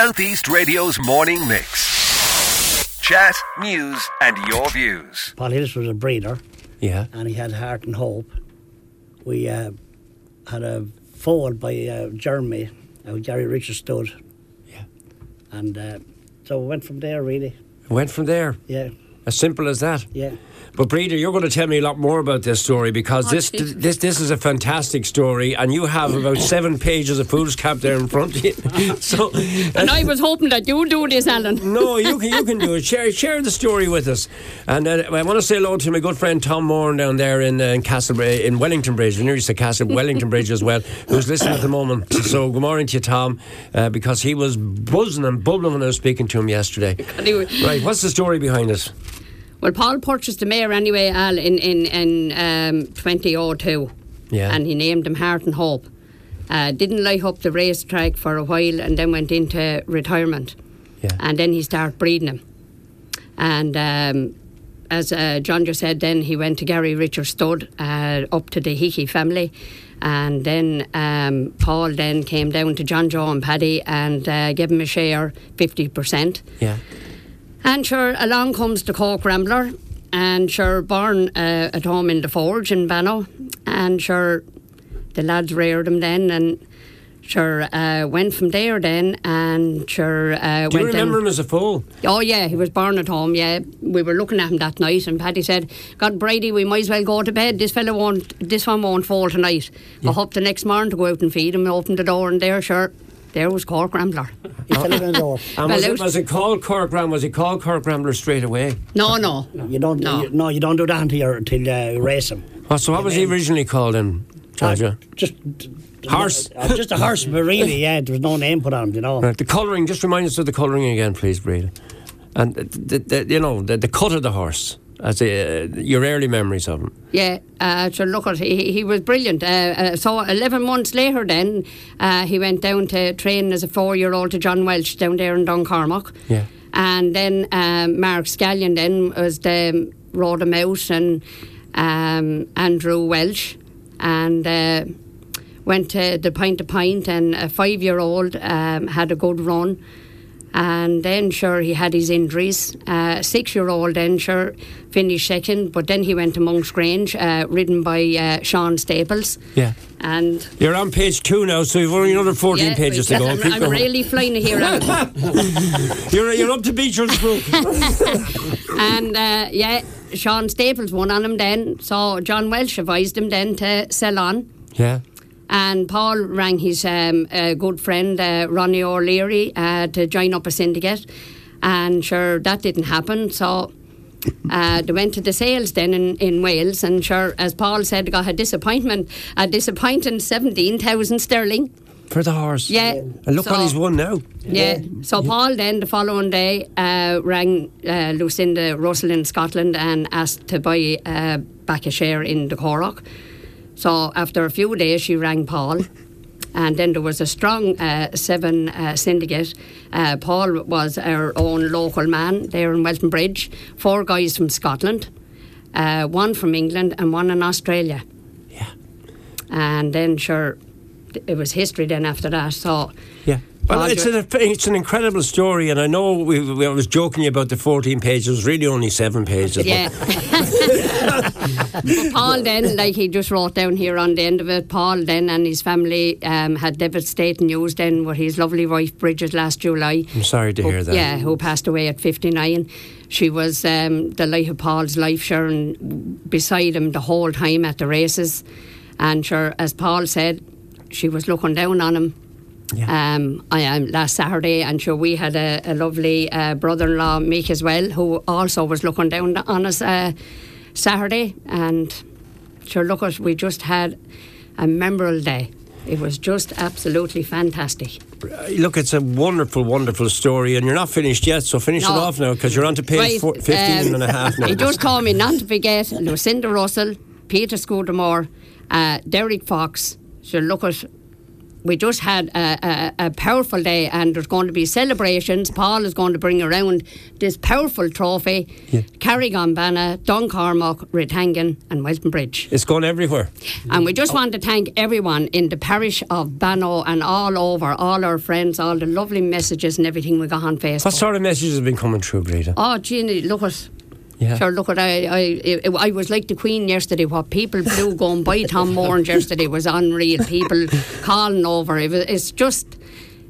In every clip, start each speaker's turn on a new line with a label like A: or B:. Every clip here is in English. A: Southeast Radio's morning mix. Chat, news, and your views.
B: Paul Hillis was a breeder
C: Yeah.
B: and he had heart and hope. We uh, had a foal by uh, Jeremy, uh, Jerry Richard stood,
C: Yeah.
B: and uh, so we went from there really.
C: Went from there.
B: Yeah,
C: As simple as that.
B: yeah.
C: But Breeder, you're going to tell me a lot more about this story because this
D: Jesus.
C: this this is a fantastic story, and you have about seven pages of foolscap there in front of you. so, uh,
D: And I was hoping that you would do this, Alan.
C: no, you can you can do it. Share share the story with us, and uh, I want to say hello to my good friend Tom Moran down there in uh, in Castle in Wellington Bridge. I nearly said Castle Wellington Bridge as well, who's listening at the moment. So good morning to you, Tom, uh, because he was buzzing and bubbling when I was speaking to him yesterday.
D: Anyway,
C: Right, what's the story behind it?
D: well, Paul purchased the mare anyway, Al, in in in um, 2002.
C: Yeah.
D: And he named him Heart and Hope. Uh, didn't light up the racetrack for a while, and then went into retirement.
C: Yeah.
D: And then he started breeding him. And um, as uh, John just said, then he went to Gary Richard Stud uh, up to the Hickey family. And then um, Paul then came down to John Joe and Paddy and uh, gave him a share, 50%.
C: Yeah.
D: And sure, along comes the Cork Rambler, and sure, born uh, at home in the Forge in Bannow, and sure, the lads reared him then, and sure, uh, went from there then, and sure, uh,
C: Do you
D: went
C: remember
D: down-
C: him as a fool?
D: Oh yeah, he was born at home. Yeah, we were looking at him that night, and Paddy said, "God, Brady, we might as well go to bed. This fellow won't, this one won't fall tonight." I hope the next morning to go out and feed him. Open the door, and there, sure, there was Cork Rambler.
C: Uh,
B: He fell in the door.
C: And
D: Well,
C: was,
D: it
C: it,
D: was-
C: was it called Cork Rambler? Was he called Cork Rambler straight away?
D: No, no,
B: You don't,
D: No.
B: You, no, you don't do that until you're, until uh, you race him.
C: Oh, so what was he originally called in Georgia?
B: Just
C: Horse.
B: uh, just a horse, but really, yeah. There was no name put on him, you know.
C: Right, the colouring, just remind us of the colouring again, please, Breda. And, the, the, the, you know, the, the cut of the horse, as a, your early memories of him.
D: Yeah, uh, so look at he, he was brilliant. Uh, uh, so eleven months later, then uh, he went down to train as a four-year-old to John Welch down there in Duncormac.
C: Yeah.
D: and then um, Mark Scallion then was the rode him out and um, Andrew Welch and. Uh, Went to the pint to pint, and a five year old um, had a good run. And then, sure, he had his injuries. Uh, Six year old, then, sure, finished second, but then he went to Monk's Grange, uh, ridden by uh, Sean Staples.
C: Yeah.
D: And
C: You're on page two now, so you've only another 14
D: yeah,
C: pages to go.
D: I'm,
C: Keep
D: I'm
C: going.
D: really flying here. Alan.
C: you're, you're up to Beecher's book.
D: and uh, yeah, Sean Staples won on him then. So John Welsh advised him then to sell on.
C: yeah.
D: And Paul rang his um, uh, good friend uh, Ronnie O'Leary uh, to join up a syndicate, and sure that didn't happen. So uh, they went to the sales then in, in Wales, and sure as Paul said, they got a disappointment, a disappointing seventeen thousand sterling.
C: For the horse.
D: Yeah.
C: And look what
D: So-
C: he's won now.
D: Yeah. So Paul then the following day uh, rang uh, Lucinda Russell in Scotland and asked to buy uh, back a share in the Corrock. So after a few days, she rang Paul. And then there was a strong uh, seven uh, syndicate. Uh, Paul was our own local man there in Welton Bridge. Four guys from Scotland, uh, one from England, and one in Australia
C: Yeah.
D: and then sure th- it was history then after that so
C: Yeah. Well,
D: Roger.
C: it's an, it's an incredible story, and I know we, we, I was joking about the 14 pages, it was really only seven pages. but-
D: yeah but paul then like he just wrote down here on the end of it paul then and his family um, had devastating news then with his lovely wife bridget last july
C: I'm sorry to
D: who-
C: hear that.
D: yeah who passed away at 59 she was um, the light of paul's life sure and beside him the whole time at the races and sure as paul said she was looking down on him
C: Yeah.
D: um, I am last Saturday, and sure we had a, a lovely uh, brother-in-law Mick as well, who also was looking down on us uh, Saturday, and sure look at we just had a memorable day. It was just absolutely fantastic.
C: Uh, Look, it's a wonderful, wonderful story, and you're not finished yet, so finish
D: No.
C: it off now because you're on to page
D: Right,
C: four, 15
D: um,
C: and a half now.
D: He just called me not to forget Lucinda Russell, Peter Scudamore, uh, Derek Fox. So look at we just had a, a, a powerful day, and there's going to be celebrations. Paul is going to bring around this powerful trophy.
C: Yeah.
D: Carrigonbanna, Duncormac, Ritangan, and Welton Bridge.
C: It's gone everywhere.
D: And we just want to thank everyone in the parish of Banno and all over, all our friends, all the lovely messages and everything we got on Facebook.
C: What sort of messages have been coming through, Greta?
D: Oh, Jeannie, look at.
C: Yeah.
D: Sure, look at I, I. I- I was like the Queen yesterday. What people blew going by Tom Morange yesterday was unreal. People calling over. It was, it's just,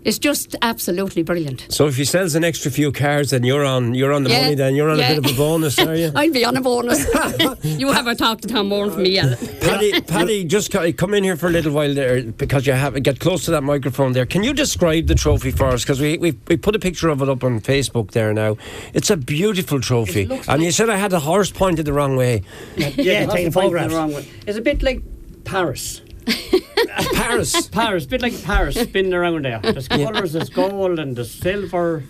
D: it's just absolutely brilliant.
C: So if he sells an extra few cars, then you're on you're on the
D: Yeah,
C: money. Then you're on
D: yeah.
C: a bit of a bonus, are you?
D: I'd be on a bonus. you have a talk to Tom Moran for me, Ellen.
C: Paddy, Paddy, just co- come in here for a little while there because you have get close to that microphone there. Can you describe the trophy for us? Because we, we we put a picture of it up on Facebook there now. It's a beautiful trophy, and you said I had the horse pointed the wrong way.
B: Yeah,
E: that's
B: taking
E: the point in the
B: photographs.
E: wrong way. It's a bit like Paris.
C: Paris.
E: Paris, bit like Paris, spinning around there. There's colours, there's gold and there's silver.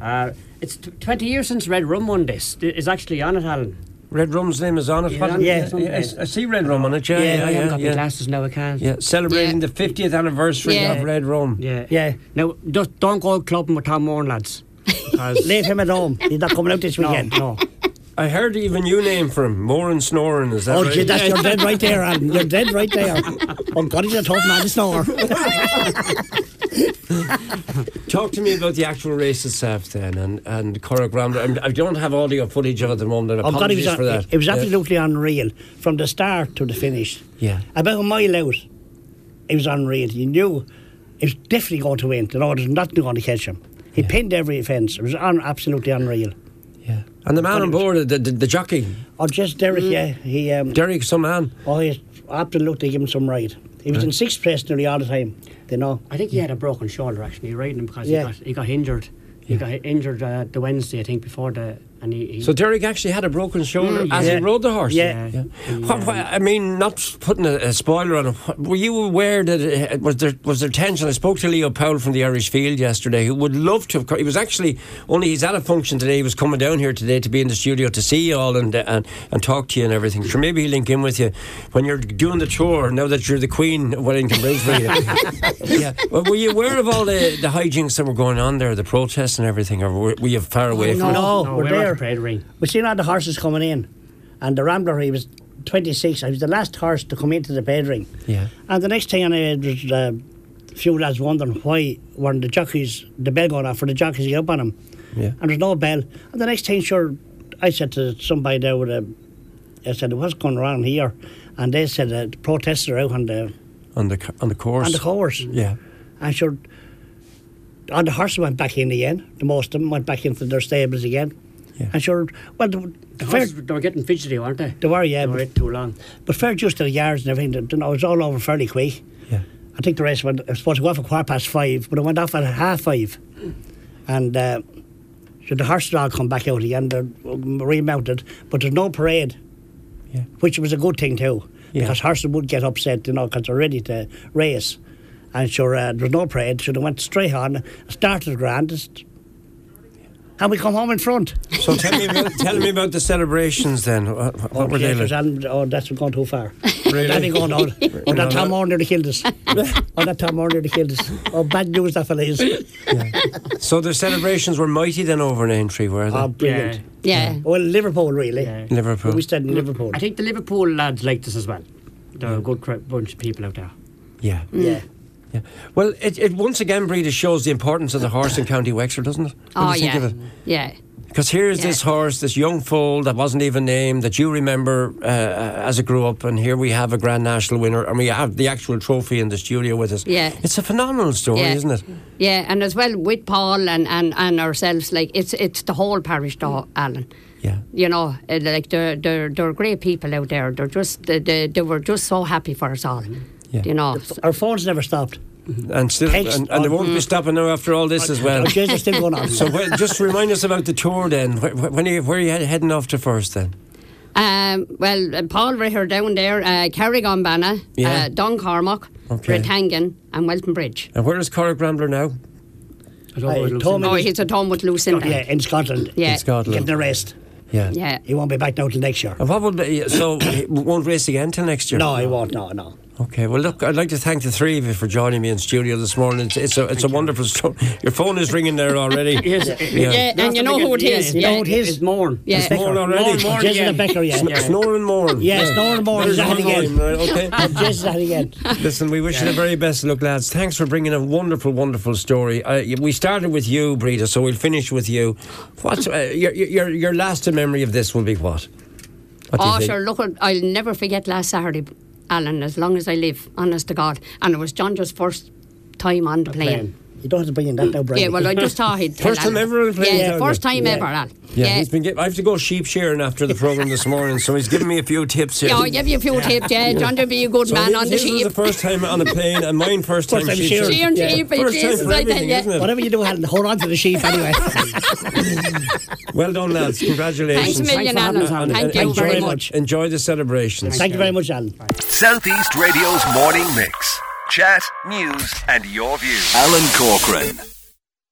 E: Uh, it's t- 20 years since Red Rum won this. Th- It's actually on it, Alan.
C: Red Rum's name is on it. Paddy?
B: yeah,
C: I- I, I see Red Rum on it. Yeah,
B: Yeah,
C: yeah,
E: I
C: Oh, yeah.
E: haven't got my
C: yeah.
E: glasses now, I can't.
C: Yeah, celebrating
D: Yeah.
C: the 50th anniversary
D: Yeah.
C: of Red Rum.
E: Yeah.
B: Yeah.
E: Now, just don't go clubbing with Tom Moran, lads. Because
B: Leave him at home. He's not coming out this
E: no,
B: weekend.
E: no.
C: I heard even you name for him, Moran Snoring. Is that
B: Oh,
C: right?
B: gee, that's, you're dead right there, Alan. You're dead right there. Oh, God, he's a tough man to snore.
C: Talk to me about the actual race itself then and, and Corrick Ramble. I'm- I don't have audio footage of it at the moment.
B: Oh, God, it
C: Apologies
B: was,
C: for that.
B: it was
C: Yeah.
B: absolutely unreal from the start to the finish.
C: Yeah.
B: About a mile out, it was unreal. You knew it was definitely going to win. You know, there's nothing going to catch him. He
C: Yeah.
B: pinned every fence. It was un- absolutely unreal.
C: Yeah. And the man on board, the, the, the jockey,
B: Oh, just Derek,
C: Mm.
B: yeah. He, um,
C: Derek, some man.
B: oh, he absolutely gave him some ride. He was in sixth place nearly all the time, you know.
E: I think he had a broken shoulder actually riding him because
B: Yeah.
E: he, got, he got injured. He got injured uh, the Wednesday, I think, before the. And he, he
C: So Derek actually had a broken shoulder as he
B: Mm, Yeah.
C: rode the horse.
B: Yeah.
E: Yeah.
C: What- what- I mean, not putting a, a spoiler on it. what- Were you aware that it, was there was there tension? I spoke to Leo Powell from the Irish Field yesterday, who would love to. have co- He was actually only he's at a function today. He was coming down here today to be in the studio to see you all and uh, and, and talk to you and everything. Sure, maybe he'll link in with you when you're doing the tour. Now that you're the Queen of Wellington Bridge, for you. yeah. Well, were you aware of all the the hijinks that were going on there, the protests and everything, or were, were you far away from?
D: no.
C: it?
B: Oh, No,
E: No,
B: we're,
E: we're at
B: there.
E: the parade ring.
B: We seen all the horses coming in, and the Rambler he was 26. He was the last horse to come into the bed ring.
C: Yeah.
B: And the next thing I know, there was uh, a few lads wondering why weren't the jockeys the bell going off for the jockeys to get up on him,
C: Yeah.
B: and there's no bell. And the next thing, sure, I said to somebody there with a, I said what's going on here, and they said uh, the protesters are out on the
C: On the c- on the course.
B: on the course.
C: Yeah.
B: And sure, all the horses went back in again. The most of them went back into their stables again.
C: Yeah.
B: And sure, well, the, the
E: The
B: fair,
E: horses, they were getting fidgety, weren't they?
B: they were, yeah,
E: They were
B: but,
E: out too long.
B: but fair just to the yards and everything, you know, it was all over fairly quick.
C: Yeah.
B: I think the race went, it was supposed to go off at quarter past five, but it went off at half five. And uh, so the horses all come back out again, they're um, remounted, but there's no parade,
C: Yeah.
B: which was a good thing too,
C: Yeah.
B: because horses would get upset, you know, because they're ready to race. And sure, uh, there was no parade, so they went straight on, started grand, just- and we come home in front.
C: So tell me, about, tell me about the celebrations then. What, what were they
B: Jesus,
C: like?
B: Alan, oh, that's gone too far.
C: Really?
B: That'd be going on. Oh,
C: No,
B: that Tom
C: no.
B: Moore nearly killed us. oh, that Tom Moore nearly killed us. Oh, bad news that fella is.
C: So the celebrations were mighty then over in Aintree, were they?
B: Oh, brilliant.
D: Yeah.
B: Well, Liverpool, really.
E: Yeah.
C: Liverpool.
B: We stayed in Liverpool.
E: I think the Liverpool lads like this as well. They're a good cra- bunch of people out there.
C: Yeah.
B: Yeah.
C: yeah. Well, it, it once again, Breda, shows the importance of the horse in County Wexford, doesn't it?
D: Oh yeah. Yeah.
C: Because here's
D: Yeah.
C: this horse, this young foal that wasn't even named, that you remember uh, as it grew up, and here we have a Grand National winner, and we have the actual trophy in the studio with us.
D: Yeah.
C: It's a phenomenal story,
D: Yeah.
C: isn't it?
D: Yeah, and as well with Paul and, and, and ourselves, like it's it's the whole parish, though, Alan.
C: Yeah.
D: You know, uh, like they're they're they're great people out there. They're just they, they, they were just so happy for us all.
C: Yeah.
D: You know,
B: Our phones never stopped.
C: And still,
B: Text
C: and, and they
B: on-
C: won't be
D: Mm.
C: stopping now after all this as well.
B: Our days are still going on.
C: So well, just remind us about the tour then. Where, when are you, where are you head- heading off to first then?
D: Um, well, uh, Paul Ritter down there, uh, Carrigonbanna,
C: Yeah.
D: uh, Don Cormac,
C: Okay.
D: Ritangan, and Welton Bridge.
C: And where is Corrick Rambler now?
E: I don't
B: Hey,
E: know,
B: Tom
E: Lucinda.
D: Oh,
B: is-
D: he's at home with Lucinda.
B: yeah, in Scotland.
D: Yeah.
C: In Scotland.
B: Getting a rest.
C: Yeah.
D: Yeah.
B: He won't be back now till next year.
C: And what will be, so he won't race again till next year?
B: No, he won't. No, no.
C: Okay, well, look, I'd like to thank the three of you for joining me in studio this morning. It's, it's a it's a wonderful story. Your phone is ringing there already.
E: Yes,
C: Yeah.
D: Yeah, and you know who it is.
E: You
D: Yeah.
E: know who it is. It's Morn.
D: Yeah.
B: It's Becker.
C: Morn already.
E: Morn, Morn
B: Jason
E: again.
B: and Becker, yeah.
C: Sn- Snoring more.
B: Yeah, snoring more,
C: There's
B: exactly,
C: one
B: yes.
C: line, right, Okay.
B: Jason that again.
C: Listen, we wish you the very best of luck, lads. Thanks for bringing a wonderful, wonderful story. Uh, we started with you, Breda, so we'll finish with you. What uh, your, your your lasting memory of this will be? What? What do you
D: Oh,
C: think?
D: sure. Look, I'll never forget last Saturday, Alan, as long as I live, honest to God. And it was John's first time on the plane.
B: You don't have to bring in that now, Brian.
D: Yeah, well, I just thought he'd tell
C: First time
D: Alan.
C: ever on the plane,
D: Yeah,
C: Alan.
D: first time
B: Yeah.
D: ever, Al.
C: Yeah, he's been. Get, I have to go sheep shearing after the program this morning, so he's giving me a few tips here.
D: Oh, Yeah, I'll give you a few tips. Yeah, John, to be a good
C: So
D: man on the
C: his was
D: sheep.
C: the first time on a plane, and mine first time
B: First time
C: sheep
B: shearing.
D: Sheep and
B: Yeah.
D: sheep, it
C: First time
D: is,
C: for
D: I tell
C: everything,
D: you.
C: isn't it?
B: Whatever you do, Alan, hold on to the sheep anyway.
C: Well done, lads. Congratulations.
D: Thanks a million,
B: for having us
D: Alan.
B: on.
D: Thank
B: Thank
D: you
B: you
D: very
B: very
D: much.
C: Enjoy the celebrations.
B: Thank you very much, Alan.
A: Southeast Radio's morning mix. Chat, news, and your views. Alan Corcoran.